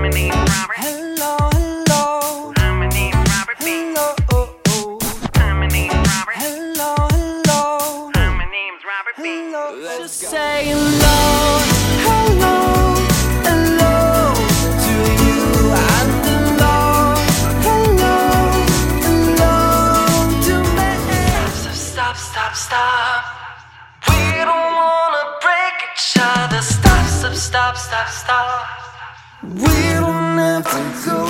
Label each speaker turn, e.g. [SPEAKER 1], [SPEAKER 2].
[SPEAKER 1] Robert.
[SPEAKER 2] Hello, hello,
[SPEAKER 1] I'm a name Robert B.
[SPEAKER 2] hello, oh, oh.
[SPEAKER 1] I'm a name Robert.
[SPEAKER 2] hello, hello,
[SPEAKER 1] I'm a name's Robert B.
[SPEAKER 2] hello. Just say hello, hello, hello to you and hello, hello, hello to me.
[SPEAKER 3] Stop, stop, stop, stop. We don't wanna break each other. Stop, stop, stop, stop, stop.
[SPEAKER 2] We don't have to go